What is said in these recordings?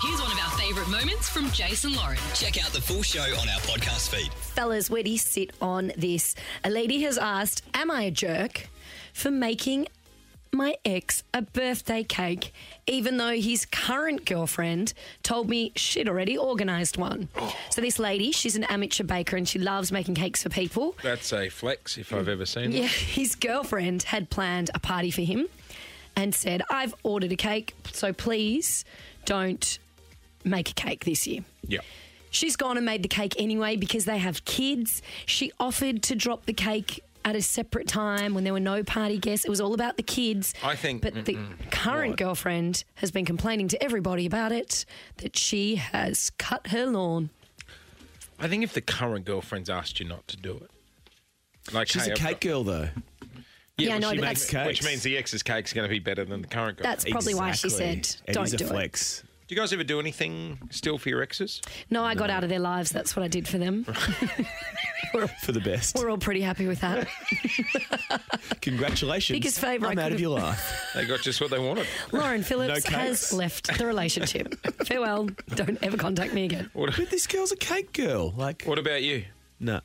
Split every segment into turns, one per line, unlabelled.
Here's one of our favourite moments from Jason Lauren.
Check out the full show on our podcast feed.
fellas, where do you sit on this? A lady has asked, Am I a jerk for making my ex a birthday cake, even though his current girlfriend told me she'd already organised one? So, this lady, she's an amateur baker and she loves making cakes for people.
That's a flex if
Mm.
I've ever seen
Yeah,
it.
his girlfriend had planned a party for him and said, I've ordered a cake, so please don't make a cake this year.
Yeah.
She's gone and made the cake anyway because they have kids. She offered to drop the cake at a separate time when there were no party guests. It was all about the kids.
I think-
But the current girlfriend has been complaining to everybody about it that she has cut her lawn.
I think if the current girlfriend's asked you not to do it, like
She's
hey,
a
I've
cake
got-
girl, though.
Yeah, I
well,
know,
she
but
makes
that's-
which means the ex's cake's going to be better than the current girl.
That's probably why she
Exactly.
said, don't
It is
do
a
it.
flex.
Do you guys ever do anything still for your exes?
No, I got out of their lives. That's what I did for them.
For the best.
We're all pretty happy with that.
Congratulations.
Biggest favour
I'm
I
out of
could've-
your life.
They got just what they wanted.
Lauren Phillips
No
has
cakes.
left the relationship. Farewell. Don't ever contact me again.
But this girl's a cake girl. Like,
What about you?
no.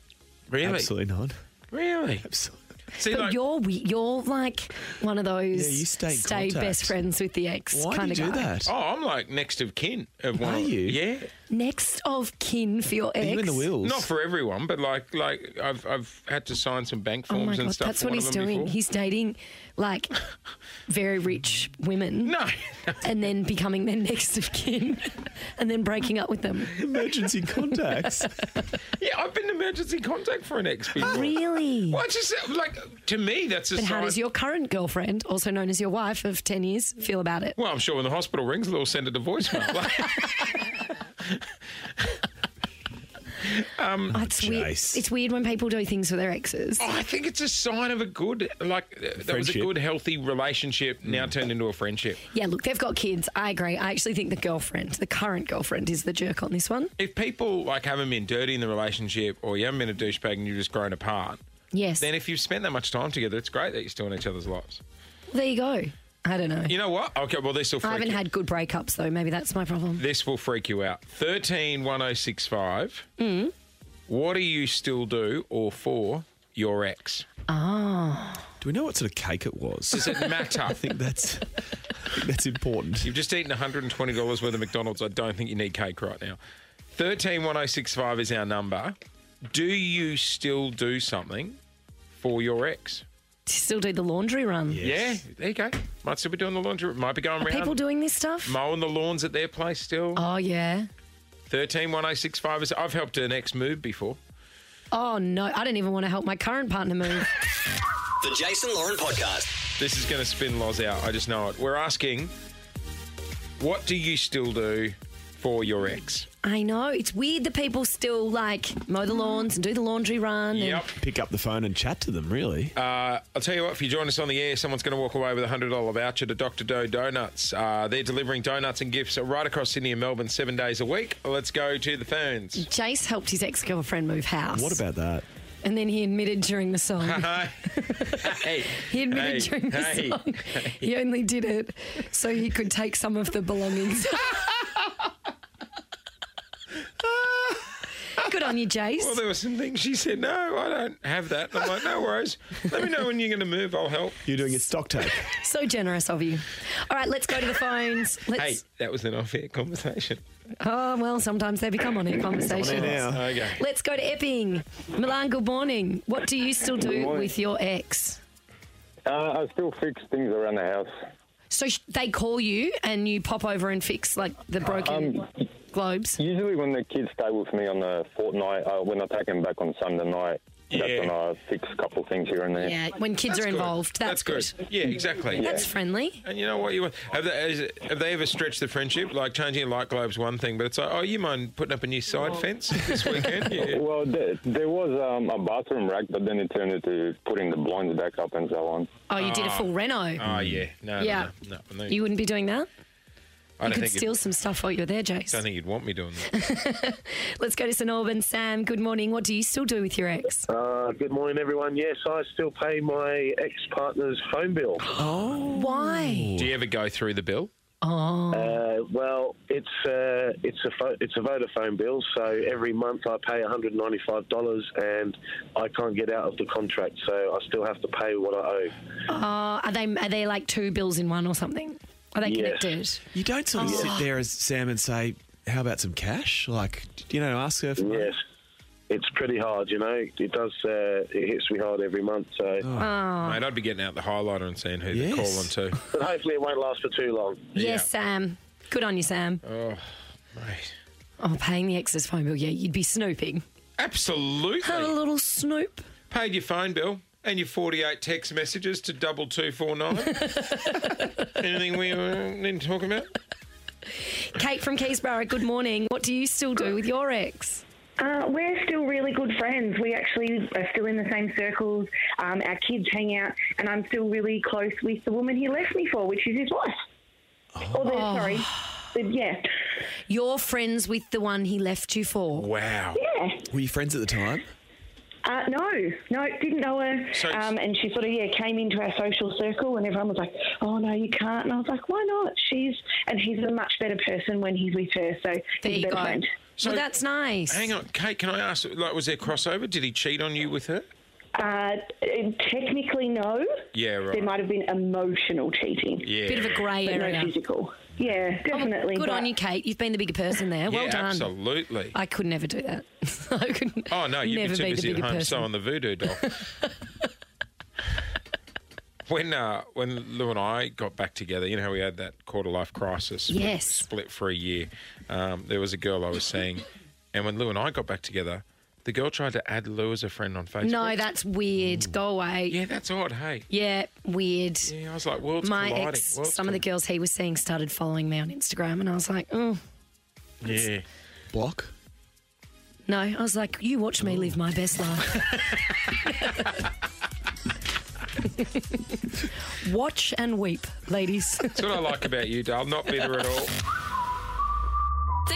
Really?
Absolutely not.
Really?
Absolutely.
See,
But
like,
you're we- you're like one of those
Yeah, you stay in contact.
best friends with the ex
Why
kind
do you
of
do
guy.
that?
oh, I'm like next of kin of one.
Are
of-
you?
Yeah.
Next of kin for your ex.
Are you in the wheels?
Not for everyone, but like, like I've I've had to sign some bank
Oh
forms
my
and
god,
stuff.
that's
for
what
one of
he's
them
doing.
before.
He's dating like very rich women
no.
and then becoming their next of kin and then breaking up with them.
emergency contacts.
yeah, I've been emergency contact for an ex before.
Really?
Well, it's just like to me, that's a
But
sign.
how does your current girlfriend, also known as your wife of 10 years, feel about it?
Well, I'm sure when the hospital rings, they'll send it to voicemail.
Oh, It's weird.
Jace.
It's weird when people do things for their exes.
oh, I think it's a sign of a good, like uh, that was a
Friendship.
good, healthy relationship now turned into a friendship.
Yeah, look, they've got kids. I agree. I actually think the girlfriend, the current girlfriend, is the jerk on this one.
If people like haven't been dirty in the relationship, or you haven't been a douchebag and you've just grown apart,
Yes.
then if you've spent that much time together, it's great that you're still in each other's lives.
there you go. I don't know.
You know what? Okay, well this will freak
I haven't
you.
had good breakups though. Maybe that's my problem.
this will freak you out. Thirteen one oh six five.
Mm.
What do you still do or for your ex?
Do we know what sort of cake it was?
Does it matter?
I think that's, I think that's important.
You've just eaten $120 worth of McDonald's. I don't think you need cake right now. 131065 is our number. Do you still do something for your ex?
Still do the laundry run.
Yeah, there you go. Might still be doing the laundry. Might be going
Are
around
people doing this stuff?
mowing the lawns at their place still.
Oh yeah.
131065 is. I've helped an ex move before.
Oh no, I don't even want to help my current partner move.
The Jason Lauren Podcast.
This is going to spin Loz out. I just know it. We're asking, what do you still do for your ex?
I know. It's weird that people still like mow the lawns and do the laundry run. and-
Yep.
Pick up the phone and chat to them, really.
Uh, I'll tell you what, if you join us on the air, someone's going to walk away with a $100 voucher to Dr. Doe Donuts. Uh, they're delivering donuts and gifts right across Sydney and Melbourne seven days a week. Let's go to the phones.
Jace helped his ex girlfriend move house.
what about that?
And then he admitted during the song.
Hey.
He admitted
Hey,
during the
hey,
song he only did it so he could take some of the belongings. Good on you, Jace.
Well, there were some things she said, no, I don't have that. And I'm like, no worries. Let me know when you're going to move. I'll help.
You're doing a stock take.
so generous of you. All right, let's go to the phones. Let's,
Hey, that was an off air conversation.
Oh, well, sometimes they become on air
Oh.
conversations.
now.
Okay.
Let's go to Epping. Milan, good morning. What do you still do
morning.
with your ex?
Uh, I still fix things around the house.
So sh- they call you and you pop over and fix like the broken globes.
Usually, when the kids stay with me on the fortnight, uh, when I take them back on Sunday night,
Yeah.
that's when I fix a couple things here and there.
Yeah, when kids
That's
are
good.
involved, that's,
good. Yeah, exactly.
That's friendly.
And you know what? You want- have they, has- have they ever stretched the friendship? Like changing a light globe's one thing, but it's like, oh, you mind putting up a new side fence this weekend? Yeah.
Well, there, there was um, a bathroom rack, but then it turned into putting the blinds back up and so on.
Oh, you did a full reno.
Oh yeah, no,
Yeah.
no, no, no. no.
You wouldn't be doing that?
I don't
You could
think you'd-
steal some stuff while you're there,
don't
Jace.
think you'd want me doing that.
Let's go to St Albans. Sam, good morning. What do you still do with your ex?
Uh, good morning, everyone. Yes, I still pay my ex partner's phone bill.
Why?
Do you ever go through the bill?
Uh, well, it's uh, it's a pho- it's a Vodafone bill, so every month I pay one hundred ninety five dollars, and I can't get out of the contract, so I still have to pay what I owe.
Uh, are they are they like two bills in one or something? Are they
Yes.
connected?
You don't sort of sit there as Sam and say, "How about some cash?" Like, you know, ask her. For money?
Yes, it's pretty hard, you know. It does uh, it hits me hard every month, so
Oh.
Mate, I'd be getting out the highlighter and seeing who
Yes.
they're calling to.
but hopefully it won't last for too long.
Yes, Sam. Good on you, Sam.
Oh. Mate.
Oh, paying the ex's phone bill. Yeah, you'd be snooping. Have a
Absolutely.
little snoop.
Paid your phone bill and your 48 text messages to 2249. Anything we uh, need to talk about?
Kate from Keysborough, good morning. What do you still do with your ex?
Uh, we're still really good friends. We actually are still in the same circles. Um, our kids hang out, and I'm still really close with the woman he left me for, which is his wife. Or the,
Oh.
sorry, the, yeah,
You're friends with the one he left you for.
Wow.
yeah.
Were you friends at the time?
Uh, no, no, didn't know her.
So-
um, and she sort of yeah came into our social circle, and everyone was like, "Oh no, you can't." And I was like, "Why not?" She's and he's a much better person when he's with her. So
There
he's
you
a better
go.
friend.
So-
well, that's nice.
Hang on, Kate, can I ask, like, was there crossover? Did he cheat on you with her?
Uh, technically, no.
Yeah, right.
There might have been emotional cheating.
Yeah.
Bit of a grey
but no
area.
physical. Yeah,
Oh,
definitely.
Good
but
on you, Kate. You've been the bigger person there. well
yeah,
done.
absolutely.
I could never do that. I could
Oh, no, you'd
never
be too
be the
busy at
bigger
home
person.
So on the voodoo doll. when, uh, when Lou and I got back together, you know how we had that quarter life crisis? We
Yes.
Split for a year. Um, there was a girl I was seeing, and when Lou and I got back together, the girl tried to add Lou as a friend on Facebook.
no, that's weird. Go away. Yeah,
Yeah, that's odd, hey.
weird.
Yeah, I was like, worlds
My
colliding.
ex,
worlds
some of the girls he was seeing started following me on Instagram, and I was like, oh,
colli- Yeah.
Block.
no. I was like, you watch me live my best life. watch and weep, ladies.
That's what I like about you, Dale. Not bitter at all.